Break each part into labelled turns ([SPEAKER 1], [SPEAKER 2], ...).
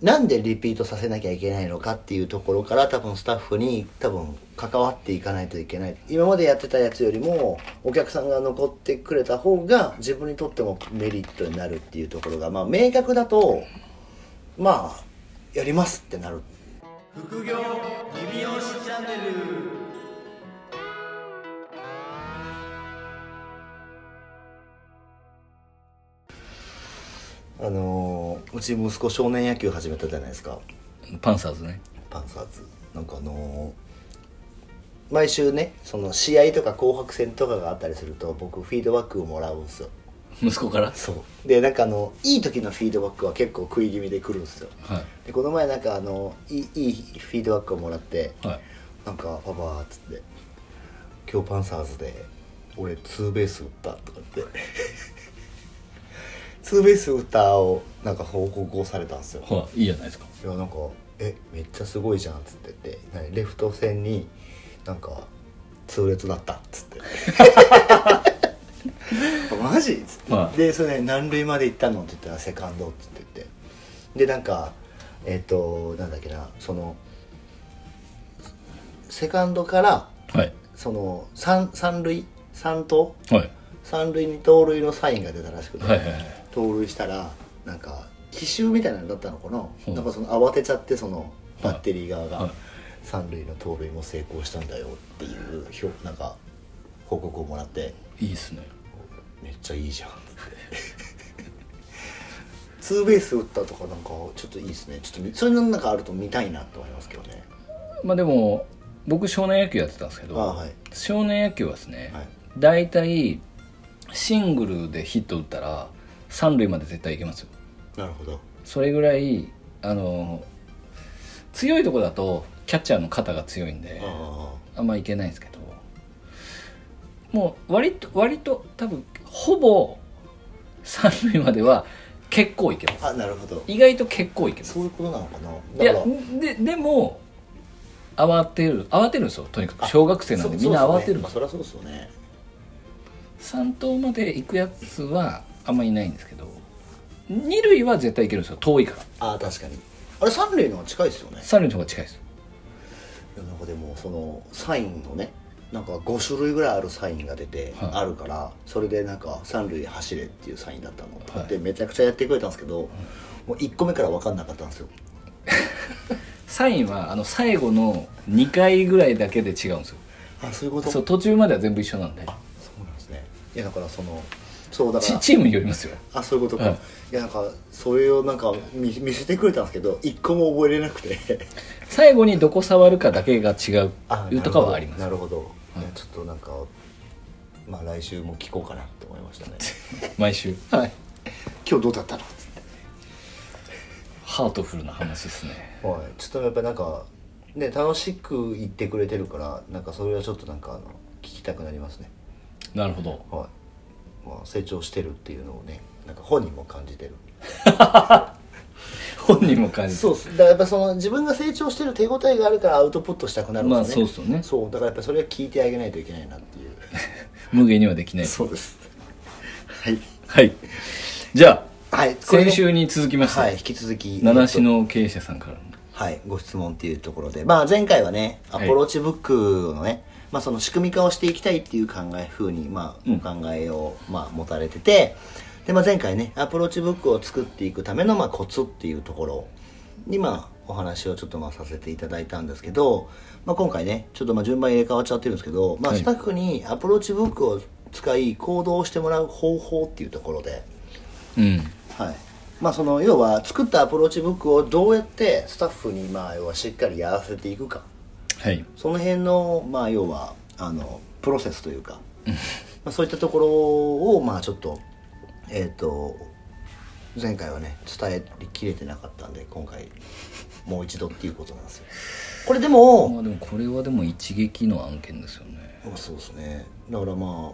[SPEAKER 1] なんでリピートさせなきゃいけないのかっていうところから多分スタッフに多分関わっていかないといけない今までやってたやつよりもお客さんが残ってくれた方が自分にとってもメリットになるっていうところがまあ明確だとまあやりますってなる
[SPEAKER 2] 副業リビオシチャンネル
[SPEAKER 1] あのーうち息子少年野球始めたじゃないですか
[SPEAKER 3] パンサーズね
[SPEAKER 1] パンサーズなんかあのー毎週ねその試合とか紅白戦とかがあったりすると僕フィードバックをもらうんですよ
[SPEAKER 3] 息子から
[SPEAKER 1] そうでなんかあのいい時のフィードバックは結構食い気味で来るんですよ
[SPEAKER 3] は
[SPEAKER 1] でこの前なんかあのいいいいフィードバックをもらって
[SPEAKER 3] いはい
[SPEAKER 1] なんか「パパ」っつって「今日パンサーズで俺ツーベース打った」とか言って「ツーベース打った」をなんか報告をされたんですよ
[SPEAKER 3] ほらいいじゃないですか
[SPEAKER 1] いやなんか「えめっちゃすごいじゃん」っつってて何レフト線になんか痛烈だったっつって マジっつって、
[SPEAKER 3] はい
[SPEAKER 1] でそれ、ね、何塁まで行ったのって言ったらセカンドっつって言ってでなんかえっ、となんだっけなそのセカンドから
[SPEAKER 3] はい
[SPEAKER 1] その三三塁三盗
[SPEAKER 3] はい
[SPEAKER 1] 三塁に盗塁のサインが出たらしくて、
[SPEAKER 3] はいはいはい
[SPEAKER 1] 盗塁したらなんか奇襲みたいなのだったのかな、
[SPEAKER 3] うん
[SPEAKER 1] なんかその慌てちゃってそのバッテリー側
[SPEAKER 3] はい
[SPEAKER 1] が三塁の盗塁も成功したんだよっていう表なんか報告をもらって
[SPEAKER 3] いいっすね
[SPEAKER 1] めっちゃいいじゃんっ つってツーベース打ったとかなんかちょっといいですねちょっとみそういうのなんかあると見たいなと思いますけどね
[SPEAKER 3] まあでも僕少年野球やってたんですけ
[SPEAKER 1] あ
[SPEAKER 3] ど、
[SPEAKER 1] あはい
[SPEAKER 3] 少年野球はですね、
[SPEAKER 1] はい
[SPEAKER 3] だい、大体シングルでヒット打ったら三塁まで絶対行けますよ
[SPEAKER 1] なるほど
[SPEAKER 3] それぐらいあの強いとこだとキャッチャーの肩が強いんで
[SPEAKER 1] あ
[SPEAKER 3] あんまいけないんですけどもう割と割と多分ほぼ三塁までは結構いけます
[SPEAKER 1] ああなるほど
[SPEAKER 3] 意外と結構いけます
[SPEAKER 1] そういうことなのかないだ
[SPEAKER 3] や
[SPEAKER 1] から
[SPEAKER 3] ででも慌てる慌てるんですよとにかく
[SPEAKER 1] あ
[SPEAKER 3] 小学生なんで
[SPEAKER 1] そ
[SPEAKER 3] みんな慌てるん
[SPEAKER 1] まあ
[SPEAKER 3] です
[SPEAKER 1] そりゃそうですよね
[SPEAKER 3] 3投まで行くやつはあんまりいないんですけど二塁は絶対いけるんですよ遠いから
[SPEAKER 1] ああ確かにあれ三塁の方が近いですよね
[SPEAKER 3] 三塁の方が近いです
[SPEAKER 1] いやなんかでもそのサインのねなんか5種類ぐらいあるサインが出て
[SPEAKER 3] はい
[SPEAKER 1] あるから、それでなんか三塁走れっていうサインだったのとかっ
[SPEAKER 3] は
[SPEAKER 1] てめちゃくちゃやってくれたんですけど、もう1個目から分かんなかったんですよ
[SPEAKER 3] サインはあの最後の2回ぐらいだけで違うんですよ
[SPEAKER 1] あそういうこと
[SPEAKER 3] そう途中までは全部一緒なんで
[SPEAKER 1] そうなんですねいやだからそのそうだか
[SPEAKER 3] チ
[SPEAKER 1] ら
[SPEAKER 3] チームによりますよ
[SPEAKER 1] あそういうことか、
[SPEAKER 3] うん
[SPEAKER 1] いやなんかそれをなんか見見せてくれたんですけど1個も覚えれなくて
[SPEAKER 3] 最後にどこ触るかだけが違
[SPEAKER 1] あ
[SPEAKER 3] うとかは あります
[SPEAKER 1] なるほどなるほど、いやちょっとなんかまあ来週も聞こうかなって思いましたね
[SPEAKER 3] 毎週はい
[SPEAKER 1] 今日どうだったの
[SPEAKER 3] ハートフルな話ですね
[SPEAKER 1] はい、ちょっとやっぱなんかね楽しく言ってくれてるからなんかそれはちょっとなんかあの聞きたくなりますね
[SPEAKER 3] なるほど
[SPEAKER 1] はい、まあ、成長してるっていうのをねなんか本人も感じてる
[SPEAKER 3] 本人も感じて
[SPEAKER 1] そうっすだからやっぱその自分が成長してる手応えがあるからアウトプットしたくなるんですよね
[SPEAKER 3] まあそうっすよね
[SPEAKER 1] そうだからやっぱそれは聞いてあげないといけないなっていう
[SPEAKER 3] 無限にはできな い
[SPEAKER 1] そうですはい
[SPEAKER 3] はいじゃあ
[SPEAKER 1] はいこれね
[SPEAKER 3] 先週に続きまして、
[SPEAKER 1] はい引き続き
[SPEAKER 3] 七市の経営者さんからの
[SPEAKER 1] はい、ご質問っていうところで、まあ、前回はね、ア
[SPEAKER 3] はい
[SPEAKER 1] プローチブックのね、まあ、その仕組み化をしていきたいっていう考え、風に、まあ、お考えを、まあ、持たれてて、で、まあ、前回ね、アプローチブックを作っていくための、まあ、コツっていうところに、まあ、お話をちょっと、まあ、させていただいたんですけど、まあ、今回ね、ちょっと、まあ、順番入れ替わっちゃってるんですけど、まあ、
[SPEAKER 3] はい
[SPEAKER 1] スタッフにアプローチブックを使い、行動してもらう方法っていうところで、
[SPEAKER 3] うん
[SPEAKER 1] はいまあ、その要は作ったアプローチブックをどうやってスタッフにまあ要はしっかりやらせていくか
[SPEAKER 3] はい
[SPEAKER 1] その辺のまあ要はあのプロセスというか、まあ、そういったところをまあちょっとえっ、と前回はね伝えきれてなかったんで今回もう一度っていうことなんですよこれでも
[SPEAKER 3] まあでもこれはでも一撃の案件ですよね
[SPEAKER 1] まあそうですねだからま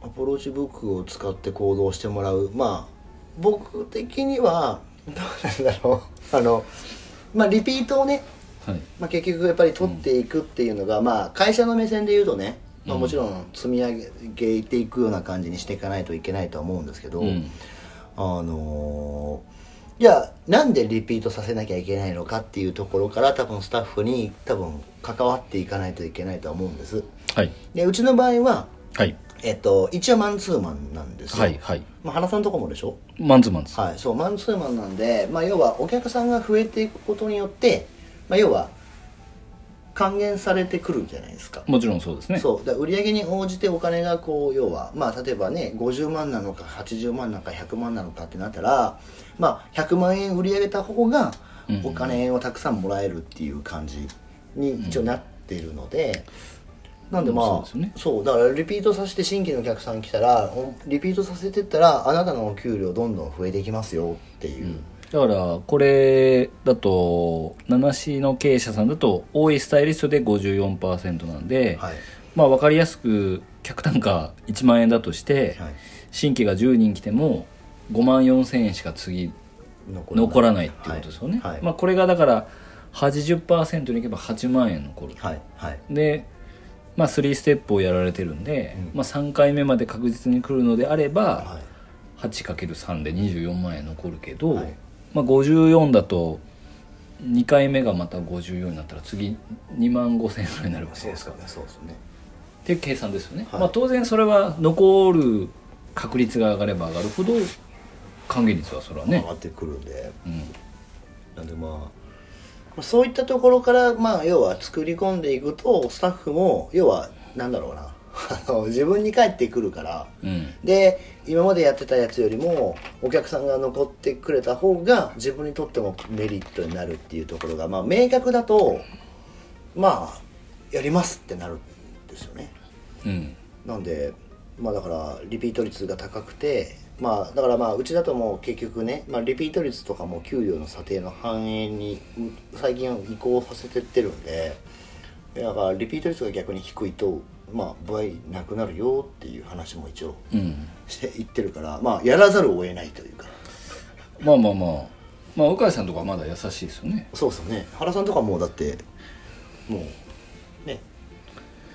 [SPEAKER 1] あアプローチブックを使って行動してもらうまあ僕的にはどうなんだろう あのまあリピートをね、
[SPEAKER 3] はい
[SPEAKER 1] まあ、結局やっぱり取っていくっていうのが、まあ会社の目線で言うとね、まあ、もちろん積み上げていくような感じにしていかないといけないとは思うんですけど、
[SPEAKER 3] うん
[SPEAKER 1] あのじゃあなんでリピートさせなきゃいけないのかっていうところから多分スタッフに多分関わっていかないといけないとは思うんです
[SPEAKER 3] はい
[SPEAKER 1] でうちの場合は、
[SPEAKER 3] はい
[SPEAKER 1] えっと、一応マンツーマンなんですよ、
[SPEAKER 3] はいはい
[SPEAKER 1] まあ、原さんとこもでしょ
[SPEAKER 3] マンツーマンです
[SPEAKER 1] はい、そうマンツーマンなんで、まあ、要はお客さんが増えていくことによって、まあ、要は還元されてくるじゃないですか、
[SPEAKER 3] もちろんそうですね
[SPEAKER 1] そうだから売り上げに応じてお金がこう要は、まあ、例えばね50万なのか80万なのか100万なのかってなったら、まあ、100万円売り上げた方が
[SPEAKER 3] うんうん
[SPEAKER 1] お金をたくさんもらえるっていう感じに一応なってるので。なんでまあ、
[SPEAKER 3] そうですよね
[SPEAKER 1] そうだからリピートさせて新規のお客さん来たらおリピートさせてったらあなたのお給料どんどん増えていきますよっていう、
[SPEAKER 3] だからこれだと七市の経営者さんだと多いスタイリストで54%なんで、
[SPEAKER 1] はい
[SPEAKER 3] まあ分かりやすく客単価1万円だとして、
[SPEAKER 1] はい
[SPEAKER 3] 新規が10人来ても5万4000円しか次
[SPEAKER 1] 残
[SPEAKER 3] 残らないっていうことですよね、
[SPEAKER 1] はいはい
[SPEAKER 3] まあ、これがだから80%にいけば8万円残る
[SPEAKER 1] はいはい
[SPEAKER 3] で、まあ、3ステップをやられてるんで、
[SPEAKER 1] うん
[SPEAKER 3] まあ、3回目まで確実に来るのであれば、
[SPEAKER 1] はい
[SPEAKER 3] 8×3 で24万円残るけど、
[SPEAKER 1] はい
[SPEAKER 3] まあ、54だと2回目がまた54になったら次2万5000円ぐらいになるわけ
[SPEAKER 1] そう
[SPEAKER 3] で
[SPEAKER 1] ですす
[SPEAKER 3] か
[SPEAKER 1] よ
[SPEAKER 3] ら
[SPEAKER 1] ねそうですよね
[SPEAKER 3] っていう計算ですよね、
[SPEAKER 1] はい
[SPEAKER 3] まあ、当然それは残る確率が上がれば上がるほど還元率はそれは
[SPEAKER 1] 上
[SPEAKER 3] ね、
[SPEAKER 1] がってくるんで
[SPEAKER 3] うん、
[SPEAKER 1] なんでまあまあそういったところからまあ要は作り込んでいくとスタッフも要はなんだろうな あの自分に返ってくるから
[SPEAKER 3] うん、
[SPEAKER 1] で今までやってたやつよりもお客さんが残ってくれた方が自分にとってもメリットになるっていうところがまあ明確だとまあやりますってなるんですよね
[SPEAKER 3] うん、
[SPEAKER 1] なんでまあだからリピート率が高くてまあだからまあうちだともう結局ね、まあ、リピート率とかも給与の査定の反映にう最近は移行させてってるんでだからリピート率が逆に低いとまあ倍なくなるよっていう話も一応
[SPEAKER 3] うん、
[SPEAKER 1] していってるからまあやらざるを得ないというか
[SPEAKER 3] まあまあまあまあ鵜飼さんとかはまだ優しいですよね
[SPEAKER 1] そうですよね原さんとかもうだってもうね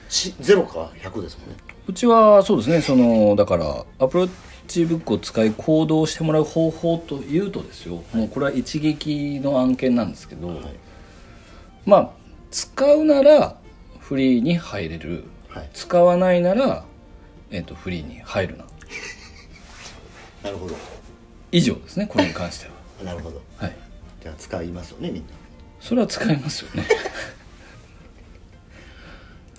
[SPEAKER 1] し0か100ですもんね
[SPEAKER 3] うちはそうですねそのだからアプローチブックを使い行動してもらう方法というとですよ、もうこれは一撃の案件なんですけど、
[SPEAKER 1] はい
[SPEAKER 3] まあ使うならフリーに入れる
[SPEAKER 1] はい
[SPEAKER 3] 使わないなら、えっとフリーに入るな
[SPEAKER 1] なるほど
[SPEAKER 3] 以上ですねこれに関して は
[SPEAKER 1] なるほど
[SPEAKER 3] はい
[SPEAKER 1] じゃあ使いますよねみんな
[SPEAKER 3] それは使いますよ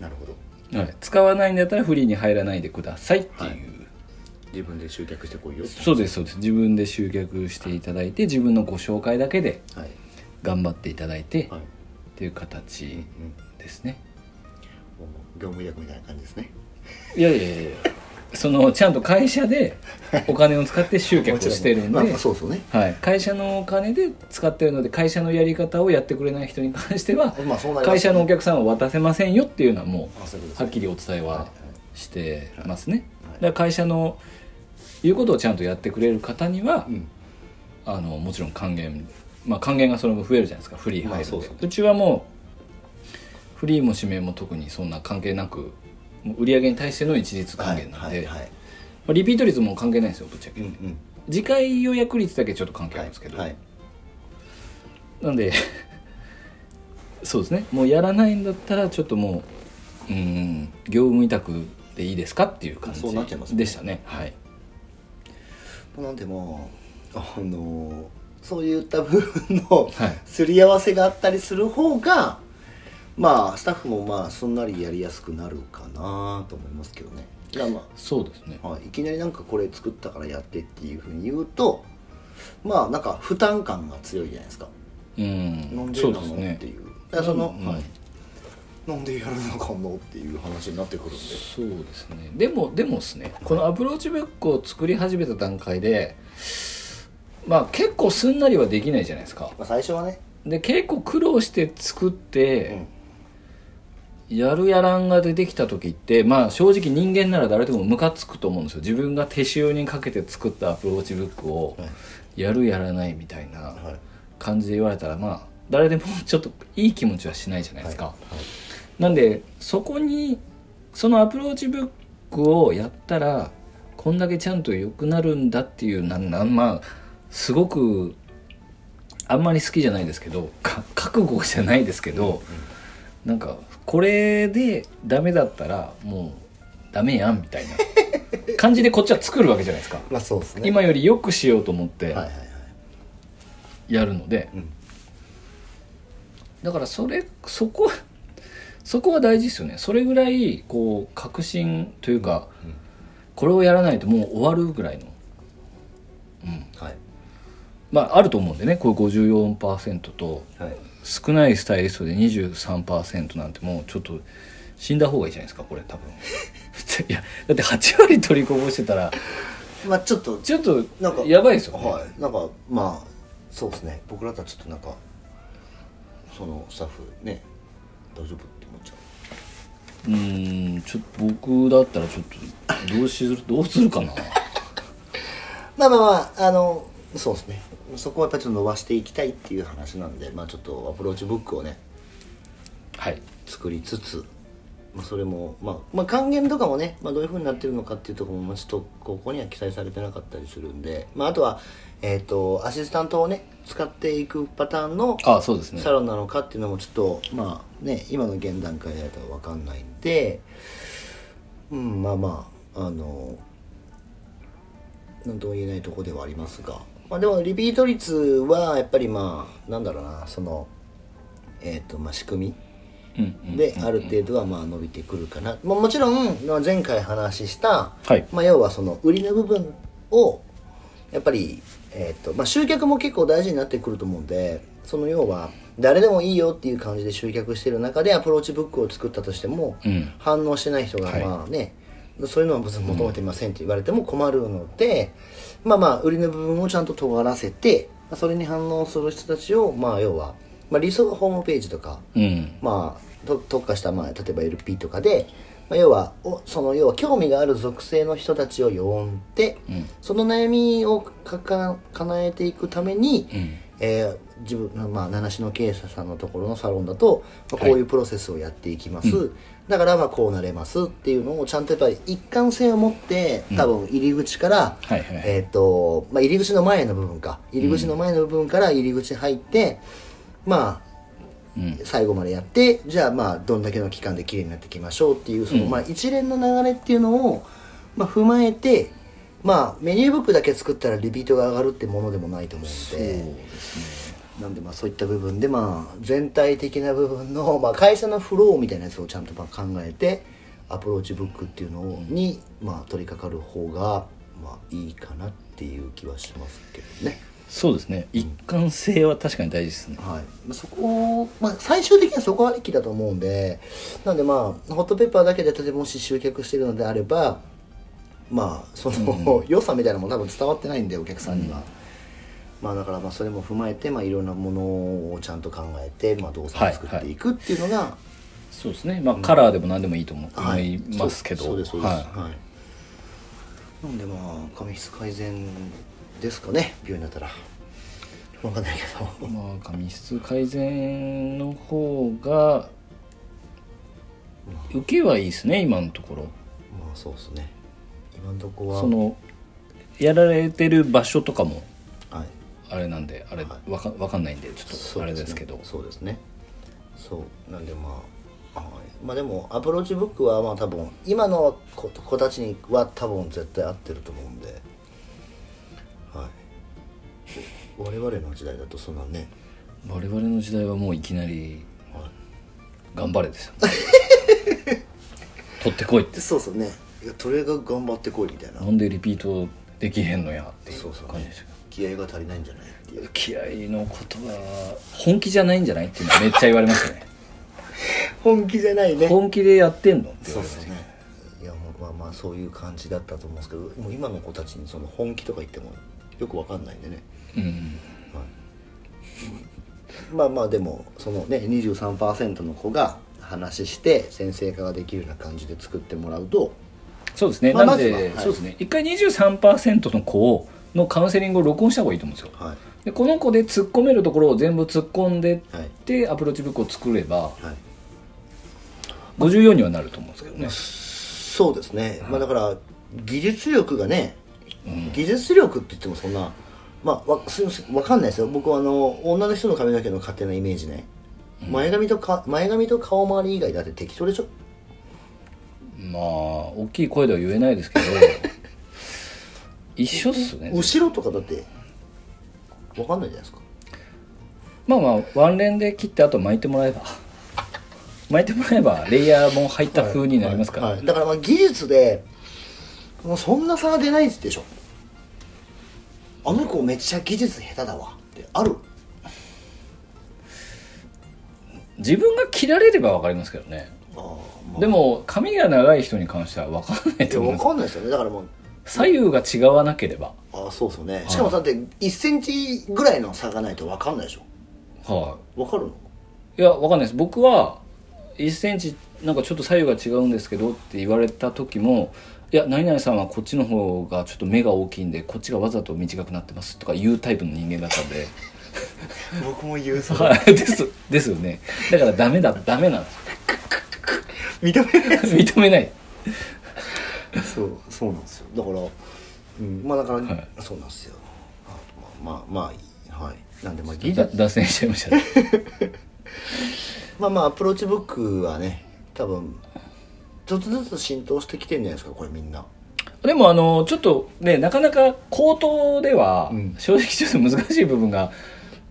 [SPEAKER 1] なるほど
[SPEAKER 3] ね、はい、使わないんだったらフリーに入らないでくださいっていう、
[SPEAKER 1] はい自分で集客してこいよ
[SPEAKER 3] そうですそうです自分で集客していただいて自分のご紹介だけで
[SPEAKER 1] はい
[SPEAKER 3] 頑張っていただいて、
[SPEAKER 1] はい、
[SPEAKER 3] っていう形
[SPEAKER 1] うん、
[SPEAKER 3] ですね
[SPEAKER 1] もう業務委託みたいな感じですね
[SPEAKER 3] いやいやいやいやそのちゃんと会社でお金を使って集客をしてるんで、
[SPEAKER 1] まあ、まあそうですよね
[SPEAKER 3] はい、会社のお金で使ってるので会社のやり方をやってくれない人に関しては、
[SPEAKER 1] まあそうなりますね
[SPEAKER 3] 会社のお客さんは渡せませんよっていうのはも
[SPEAKER 1] あそういうことですね
[SPEAKER 3] うはっきりお伝え
[SPEAKER 1] はいは
[SPEAKER 3] はいしてますね、
[SPEAKER 1] はい
[SPEAKER 3] だから会社の言うことをちゃんとやってくれる方には、
[SPEAKER 1] うん
[SPEAKER 3] あのもちろん還元まあ還元がそれも増えるじゃないですかフリー入る
[SPEAKER 1] ま
[SPEAKER 3] んで,、
[SPEAKER 1] あそうそう
[SPEAKER 3] うちはもうフリーも指名も特にそんな関係なくもう売り上げに対しての一律還元なんで、
[SPEAKER 1] はいはいはい
[SPEAKER 3] まあリピート率も関係ないですよぶっちゃけ、
[SPEAKER 1] うんうん
[SPEAKER 3] 次回予約率だけちょっと関係あるんですけど、
[SPEAKER 1] はいはい
[SPEAKER 3] なんで そうですねもうやらないんだったらちょっともううん業務委託でいいですかっていう感じ
[SPEAKER 1] そうなっちゃいますね
[SPEAKER 3] でしたねはい
[SPEAKER 1] なんでもうあのそういった部分の
[SPEAKER 3] はい
[SPEAKER 1] すり合わせがあったりする方がまあスタッフもまあすんなりやりやすくなるかなと思いますけどねいやまあ
[SPEAKER 3] そうですね
[SPEAKER 1] はい、いきなりなんかこれ作ったからやってっていうふうに言うとまあなんか負担感が強いじゃないですか
[SPEAKER 3] う
[SPEAKER 1] なん
[SPEAKER 3] ん
[SPEAKER 1] で
[SPEAKER 3] そ
[SPEAKER 1] な
[SPEAKER 3] う
[SPEAKER 1] の
[SPEAKER 3] で
[SPEAKER 1] っ
[SPEAKER 3] すね
[SPEAKER 1] ていうだからその、
[SPEAKER 3] うん
[SPEAKER 1] はい、なんでやるのかのっていう話になってくるんで
[SPEAKER 3] そうですねでもでもですねこのアプローチブックを作り始めた段階でまあ結構すんなりはできないじゃないですか
[SPEAKER 1] まあ、最初はね、
[SPEAKER 3] で結構苦労して作
[SPEAKER 1] う
[SPEAKER 3] って
[SPEAKER 1] ん、
[SPEAKER 3] やるやらんが出てきた時ってまあ正直人間なら誰でもムカつくと思うんですよ自分が手塩にかけて作ったアプローチブックを
[SPEAKER 1] はい
[SPEAKER 3] やるやらないみたいな
[SPEAKER 1] はい
[SPEAKER 3] 感じで言われたらまあ誰でもちょっといい気持ちはしないじゃないですか、
[SPEAKER 1] はい
[SPEAKER 3] なんでそこにそのアプローチブックをやったらこんだけちゃんと良くなるんだっていうなんなんまあすごくあんまり好きじゃないですけどか 覚悟じゃないですけど、なんかこれでダメだったらもうダメやんみたいな感じでこっちは作るわけじゃないですか、
[SPEAKER 1] まあそう ですね
[SPEAKER 3] 今よりよくしようと思って
[SPEAKER 1] はいはいはい
[SPEAKER 3] やるので、
[SPEAKER 1] うん
[SPEAKER 3] だからそれそこそこは大事ですよねそれぐらいこう確信というか、
[SPEAKER 1] うん
[SPEAKER 3] これをやらないともう終わるぐらいの
[SPEAKER 1] はい
[SPEAKER 3] まああると思うんでねこれ54%と
[SPEAKER 1] はい
[SPEAKER 3] 少ないスタイリストで23%なんてもうちょっと死んだ方がいいじゃないですかこれ多分 いやだって8割取りこぼしてたら
[SPEAKER 1] まあちょっと
[SPEAKER 3] ちょっと
[SPEAKER 1] なんか
[SPEAKER 3] やばいですよ、ね
[SPEAKER 1] はいなんかまあそうですね僕らとはちょっとなんかそのスタッフね大丈夫って思っちゃう
[SPEAKER 3] うーんちょっと僕だったらちょっとどうしどうするかな
[SPEAKER 1] まあまあまああのそうですねそこはやっぱりちょっと伸ばしていきたいっていう話なんでまあちょっとアプローチブックをね
[SPEAKER 3] はい
[SPEAKER 1] 作りつつ、まあ、それも、まあ、まあ還元とかもね、まあ、どういうふうになってるのかっていうところもまあちょっとここには記載されてなかったりするんで、まあ、あとは、えー、とアシスタントをね使っていくパターンの
[SPEAKER 3] あそうですね
[SPEAKER 1] サロンなのかっていうのもちょっと、まあね今の現段階だと分かんないんでうんまあまああの何とも言えないとこではありますが、まあ、でもリピート率はやっぱりまあなんだろうなそのえっ、とまあ仕組み
[SPEAKER 3] うんうん
[SPEAKER 1] である程度はまあ伸びてくるかな、まあ、もちろんまあ前回話した、
[SPEAKER 3] はい
[SPEAKER 1] まあ、要はその売りの部分をやっぱり、えーとまあ、集客も結構大事になってくると思うんでその要は誰でもいいよっていう感じで集客してる中でアプローチブックを作ったとしても、
[SPEAKER 3] うん
[SPEAKER 1] 反応してない人が
[SPEAKER 3] はい
[SPEAKER 1] まあね、そういうのは別に求めていませんって言われても困るので、まあまあ売りの部分をちゃんと尖らせてまあそれに反応する人たちをまあ要は、まあ、理想はホームページとか
[SPEAKER 3] うん
[SPEAKER 1] まあ、と特化した、まあ、例えば LP とかで、まあ、要はおその要は興味がある属性の人たちを呼んで、
[SPEAKER 3] うん
[SPEAKER 1] その悩みをかか叶えていくために、
[SPEAKER 3] うん
[SPEAKER 1] えー自分、まあ、七種の経営者さんのところのサロンだと、まあこういうプロセスをやっていきます、だからまあこうなれますっていうのをちゃんとやっぱり一貫性を持って多分入り口から、
[SPEAKER 3] はいはいはい
[SPEAKER 1] えっ、と、まあ、入り口の前の部分か入り口の前の部分から入り口入って、まあ
[SPEAKER 3] うん
[SPEAKER 1] 最後までやってじゃあまあどんだけの期間で綺麗になっていきましょうっていうその、まあ一連の流れっていうのを、まあ、踏まえてまあメニューブックだけ作ったらリピートが上がるってものでもないと思うんでなんでまあそういった部分でまあ全体的な部分の、 まあ、会社のフローみたいなやつをちゃんとまあ考えてアプローチブックっていうのをに、まあ、取り掛かる方がまあいいかなっていう気はしますけどね。
[SPEAKER 3] そうですね一貫性は確かに大事ですね
[SPEAKER 1] はいまあ、そこを、まあ、最終的にはそこありきだと思うんでなのでまあホットペッパーだけで例えばもし集客してるのであればまあその、良さみたいなのも多分伝わってないんでお客さんには、まあだからまあそれも踏まえて、まあ、いろんなものをちゃんと考えて、まあ、動作を作っていくっていうのが、はい
[SPEAKER 3] そうですねまあカラーでも何でもいいと思思いますけど
[SPEAKER 1] そうそうですそうです、
[SPEAKER 3] は
[SPEAKER 1] はいなんでまあ髪質改善ですかね病院だったら分かんないけ
[SPEAKER 3] い
[SPEAKER 1] ど
[SPEAKER 3] まあ髪質改善の方が受けはいいですね今のところ
[SPEAKER 1] まあそうですね今んとこは
[SPEAKER 3] そのやられてる場所とかも
[SPEAKER 1] はい
[SPEAKER 3] あれなんであれわ
[SPEAKER 1] はい
[SPEAKER 3] かわかんないんでちょっとあれですけど
[SPEAKER 1] そうですねそうなんでまあはいまあでもアプローチブックはまあ多分今の子子たちには多分絶対合ってると思うんではい 我々の時代だとそんなね、
[SPEAKER 3] 我々の時代はもういきなり
[SPEAKER 1] は
[SPEAKER 3] 「頑張れ」 ですよ取ってこいっ
[SPEAKER 1] い、
[SPEAKER 3] て
[SPEAKER 1] そうそうねいやとりあえず頑張ってこいみたいな
[SPEAKER 3] なんでリピートできへんのやっていう
[SPEAKER 1] そうそう、
[SPEAKER 3] 感じで
[SPEAKER 1] ね
[SPEAKER 3] したけど、
[SPEAKER 1] 気合が足りないんじゃないっていう
[SPEAKER 3] 気合のことは本気じゃないんじゃないっていうのはめっちゃ言われましたね
[SPEAKER 1] 本気じゃないね
[SPEAKER 3] 本気でやってんのって言
[SPEAKER 1] そ
[SPEAKER 3] わ
[SPEAKER 1] う
[SPEAKER 3] れ
[SPEAKER 1] で
[SPEAKER 3] ました
[SPEAKER 1] すね
[SPEAKER 3] け
[SPEAKER 1] いやもうまあまあそういう感じだったと思うんですけどもう今の子たちにその本気とか言ってもよくわかんないんでね
[SPEAKER 3] どうん
[SPEAKER 1] まあまあでもそのね23%の子が話して先生化ができるような感じで作ってもらうと
[SPEAKER 3] そうですね、
[SPEAKER 1] まあ
[SPEAKER 3] なんで、
[SPEAKER 1] まずははい
[SPEAKER 3] そうですね一回23%の子をのカウンセリングを録音した方がいいと思うんですよ
[SPEAKER 1] は
[SPEAKER 3] でこの子で突っ込めるところを全部突っ込んでっ
[SPEAKER 1] いはい
[SPEAKER 3] てアプローチブックを作れば
[SPEAKER 1] はい
[SPEAKER 3] 54にはなると思うんですけどね
[SPEAKER 1] そうですね、まあだから技術力がね、技術力って言ってもそんなまあわすいませんわかんないですよ僕はあの女の人の髪の毛の勝手なイメージね前髪とか前髪と顔周り以外だって適当でしょ
[SPEAKER 3] まあ大きい声では言えないで すけど一緒っすね
[SPEAKER 1] 後ろとかだってわかんないじゃないですか
[SPEAKER 3] まあまあワンレンで切ってあと巻いてもらえば巻いてもらえばレイヤーも入った風になりますから、
[SPEAKER 1] はいはいだからまあ技術でもうそんな差は出ないでしょあの子めっちゃ技術下手だわってある
[SPEAKER 3] 自分が切られれば分かりますけどね
[SPEAKER 1] ああ
[SPEAKER 3] でも髪が長い人に関しては分かんない
[SPEAKER 1] い
[SPEAKER 3] と
[SPEAKER 1] や
[SPEAKER 3] 思う
[SPEAKER 1] わかんないですよねだからもう
[SPEAKER 3] 左右が違わなければ
[SPEAKER 1] ああそうですよねしかもだって1センチぐらいの差がないとわかんないでしょ
[SPEAKER 3] は
[SPEAKER 1] わかるの
[SPEAKER 3] いいや分かんないです僕は1センチなんかちょっと左右が違うんですけどって言われた時もいや何々さんはこっちの方がちょっと目が大きいんでこっちがわざと短くなってますとかいうタイプの人間だったんで
[SPEAKER 1] 僕も言うさ
[SPEAKER 3] はいですですよねだからダメだダメなんです
[SPEAKER 1] 認めない
[SPEAKER 3] 認めない
[SPEAKER 1] そうそうなんですよだから、うん、まあだから、
[SPEAKER 3] はい
[SPEAKER 1] そうなんですよあまあまあまあはいなんでまあ技
[SPEAKER 3] だ
[SPEAKER 1] 術
[SPEAKER 3] 脱線しちゃいましたね
[SPEAKER 1] まあまあアプローチブックはね多分ちょっとずつ浸透してきてんじゃないですかこれみんな
[SPEAKER 3] でもあのちょっとねなかなか口頭では
[SPEAKER 1] うん
[SPEAKER 3] 正直ちょっと難しい部分が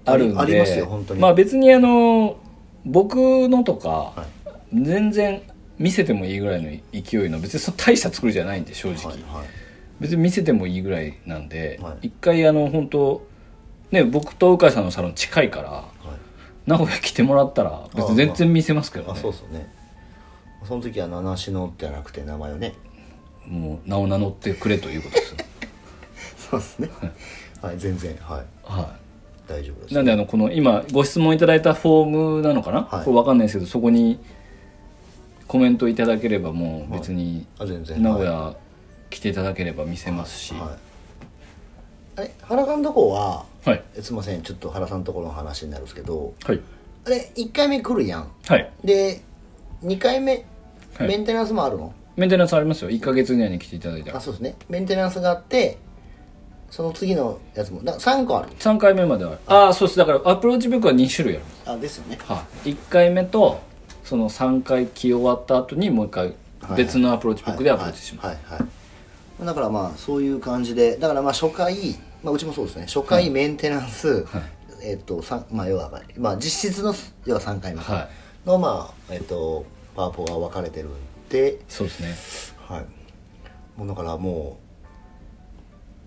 [SPEAKER 3] あるんで
[SPEAKER 1] ありありますよ本当に
[SPEAKER 3] まあ別にあの僕のとか、
[SPEAKER 1] は
[SPEAKER 3] 全然見せてもいいぐらいの勢いの別にその大した作りじゃないんで正直、
[SPEAKER 1] はいはい
[SPEAKER 3] 別に見せてもいいぐらいなんで、
[SPEAKER 1] はい
[SPEAKER 3] 一回あの本当ね僕と鵜飼さんのサロン近いから
[SPEAKER 1] はい
[SPEAKER 3] 名古屋来てもらったら別に全然見せますけど
[SPEAKER 1] あ
[SPEAKER 3] ね
[SPEAKER 1] そうですよねその時は七しのじゃなくて名前をね
[SPEAKER 3] もう名を名乗ってくれということ ですよ
[SPEAKER 1] そうですね はい全然はい
[SPEAKER 3] はい
[SPEAKER 1] 大丈夫です
[SPEAKER 3] なんであのこの今ご質問いただいたフォームなのかな、
[SPEAKER 1] はい
[SPEAKER 3] これわかんないですけどそこにコメントいただければもう別に
[SPEAKER 1] あ全然
[SPEAKER 3] 名古
[SPEAKER 1] は
[SPEAKER 3] 屋来ていただければ見せますし
[SPEAKER 1] い、はい、あれ原さんとこは
[SPEAKER 3] はい
[SPEAKER 1] えすいませんちょっと原さんとこの話になるんですけど
[SPEAKER 3] はい
[SPEAKER 1] あれ1回目来るやん
[SPEAKER 3] はい
[SPEAKER 1] で2回目
[SPEAKER 3] はい
[SPEAKER 1] メンテナンスもあるの、
[SPEAKER 3] メンテナンスありますよ1か月以内に来ていただいた
[SPEAKER 1] あ
[SPEAKER 3] ら
[SPEAKER 1] そうですねメンテナンスがあってその次のやつもだ3個ある
[SPEAKER 3] 3回目まではああそうですだからアプローチブックは2種類あります、
[SPEAKER 1] あですよね
[SPEAKER 3] はい、1回目とその3回着終わった後にもう1回別のアプローチブックでアプローチします、
[SPEAKER 1] はいはい、はいだからまあそういう感じでだからまあ初回、まあ、うちもそうですね初回メンテナンス、えっとさんまあ要は、まあ、実質の要は3回目
[SPEAKER 3] は
[SPEAKER 1] の、まあえっとパワポが分かれてるんで
[SPEAKER 3] そうですね
[SPEAKER 1] はいもうだからも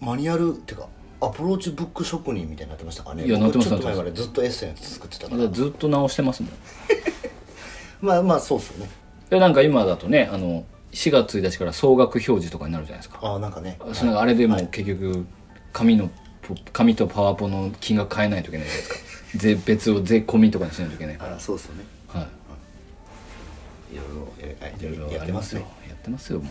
[SPEAKER 1] うマニュアルっていうかアプローチブック職人みたいになってましたからね
[SPEAKER 3] いやなってます
[SPEAKER 1] 僕ちょっと前
[SPEAKER 3] な
[SPEAKER 1] ま
[SPEAKER 3] って
[SPEAKER 1] でずっとエッセンス作ってたか
[SPEAKER 3] ま
[SPEAKER 1] ら
[SPEAKER 3] だずっと直してますもん
[SPEAKER 1] まあまあそうっすよね
[SPEAKER 3] でなんか今だとねあの4月1日から総額表示とかになるじゃないですか
[SPEAKER 1] ああなんかね
[SPEAKER 3] そのあれでもう結局紙のポ紙とパワポの金額変えないといけないじゃない ですか税別を税込みとかにしないといけないか
[SPEAKER 1] ああそうっすよね
[SPEAKER 3] ら、はい
[SPEAKER 1] ろいろや
[SPEAKER 3] いろいろ
[SPEAKER 1] や
[SPEAKER 3] あ
[SPEAKER 1] っ
[SPEAKER 3] り
[SPEAKER 1] て
[SPEAKER 3] ま
[SPEAKER 1] ますす
[SPEAKER 3] よ
[SPEAKER 1] ね
[SPEAKER 3] やってますよも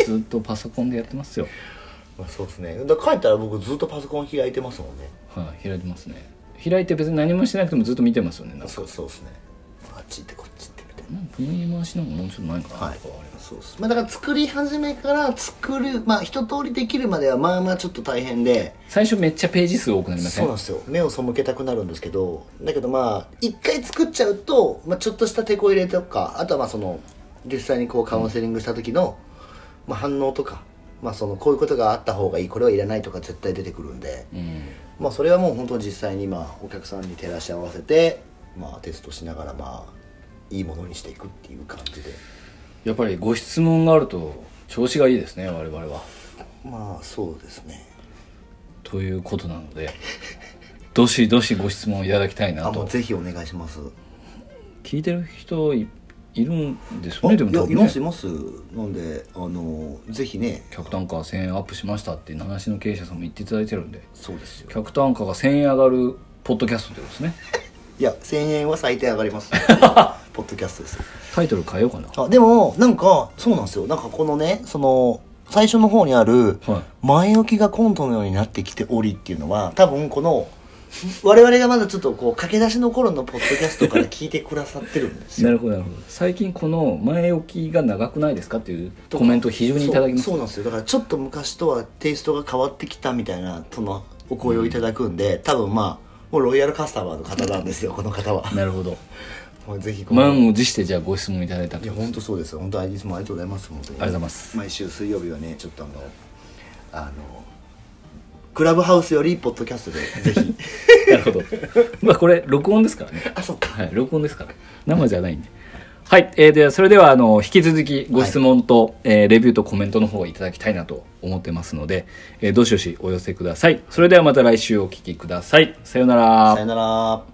[SPEAKER 3] うずっとパソコンでやってますよ、
[SPEAKER 1] まあ、そうですねだから帰ったら僕ずっとパソコン開いてますもんね
[SPEAKER 3] はい、開いてますね開いて別に何もしてなくてもずっと見てますよねなんか
[SPEAKER 1] そうそうですねあっち行ってこっち行ってみたいな
[SPEAKER 3] なんかこの回しなんかもうちょっと前かな
[SPEAKER 1] はい
[SPEAKER 3] とかありま、
[SPEAKER 1] そうです、まあ、だから作り始めから作るまあ一通りできるまではまあまあちょっと大変です
[SPEAKER 3] 最初めっちゃページ数多くなりませ
[SPEAKER 1] そうんなんですよ目を背けたくなるんですけどだけどまあ一回作っちゃうと、まあ、ちょっとした手こ入れとかあとはまあその実際にこうカウンセリングした時の、まあ、反応とか、まあ、そのこういうことがあった方がいいこれはいらないとか絶対出てくるんで、
[SPEAKER 3] うん
[SPEAKER 1] まあ、それはもう本当実際にまあお客さんに照らし合わせて、まあ、テストしながらまあいいものにしていくっていう感じで
[SPEAKER 3] やっぱりご質問があると調子がいいですね我々は
[SPEAKER 1] まあそうですね
[SPEAKER 3] ということなので どしどしご質問いただきたいな
[SPEAKER 1] あもう
[SPEAKER 3] と
[SPEAKER 1] ぜひお願いします
[SPEAKER 3] 聞いてる人いいるんですよねでも
[SPEAKER 1] いや
[SPEAKER 3] 多
[SPEAKER 1] い
[SPEAKER 3] 分
[SPEAKER 1] ま
[SPEAKER 3] ね
[SPEAKER 1] すいますなんであのぜひね
[SPEAKER 3] 客単価が1000円アップしましたっていう話の経営者さんも言っていただいてるんで
[SPEAKER 1] そうですよ
[SPEAKER 3] 客単価が1000円上がるポッドキャストってことで すね
[SPEAKER 1] いや1000円は最低上がります ポッドキャストですよ
[SPEAKER 3] タイトル変えようかな
[SPEAKER 1] あでもなんかそうなんですよなんかこのねその最初の方にある
[SPEAKER 3] はい
[SPEAKER 1] 前置きがコントのようになってきておりっていうのは多分この我々がまだちょっとこう駆け出しの頃のポッドキャストから聞いてくださってるんです よ
[SPEAKER 3] なるほどなるほど最近この前置きが長くないですかっていうコメントを非常にいただきます
[SPEAKER 1] そうそうなんですよだからちょっと昔とはテイストが変わってきたみたいなそのお声をいただくんで、多分まあもうロイヤルカスタマーの方なんですよこの方は
[SPEAKER 3] なるほど
[SPEAKER 1] もうぜひこの、
[SPEAKER 3] 満を持してじゃあご質問いただい た
[SPEAKER 1] い
[SPEAKER 3] と
[SPEAKER 1] や本当そうですよ本当あいつもありがとうございます本当に
[SPEAKER 3] ありがとうございます
[SPEAKER 1] 毎週水曜日はねちょっとあのあのクラブハウスよりポッドキャストでぜ ひ
[SPEAKER 3] なるほどまあこれ録音ですからね
[SPEAKER 1] あそっか
[SPEAKER 3] はい、録音ですから生じゃないんで。はい、えー、ではそれではあの引き続きご質問と、えーレビューとコメントの方をいただきたいなと思ってますので、えーどしどしお寄せください。それではまた来週お聞きください。さようなら
[SPEAKER 1] さよなら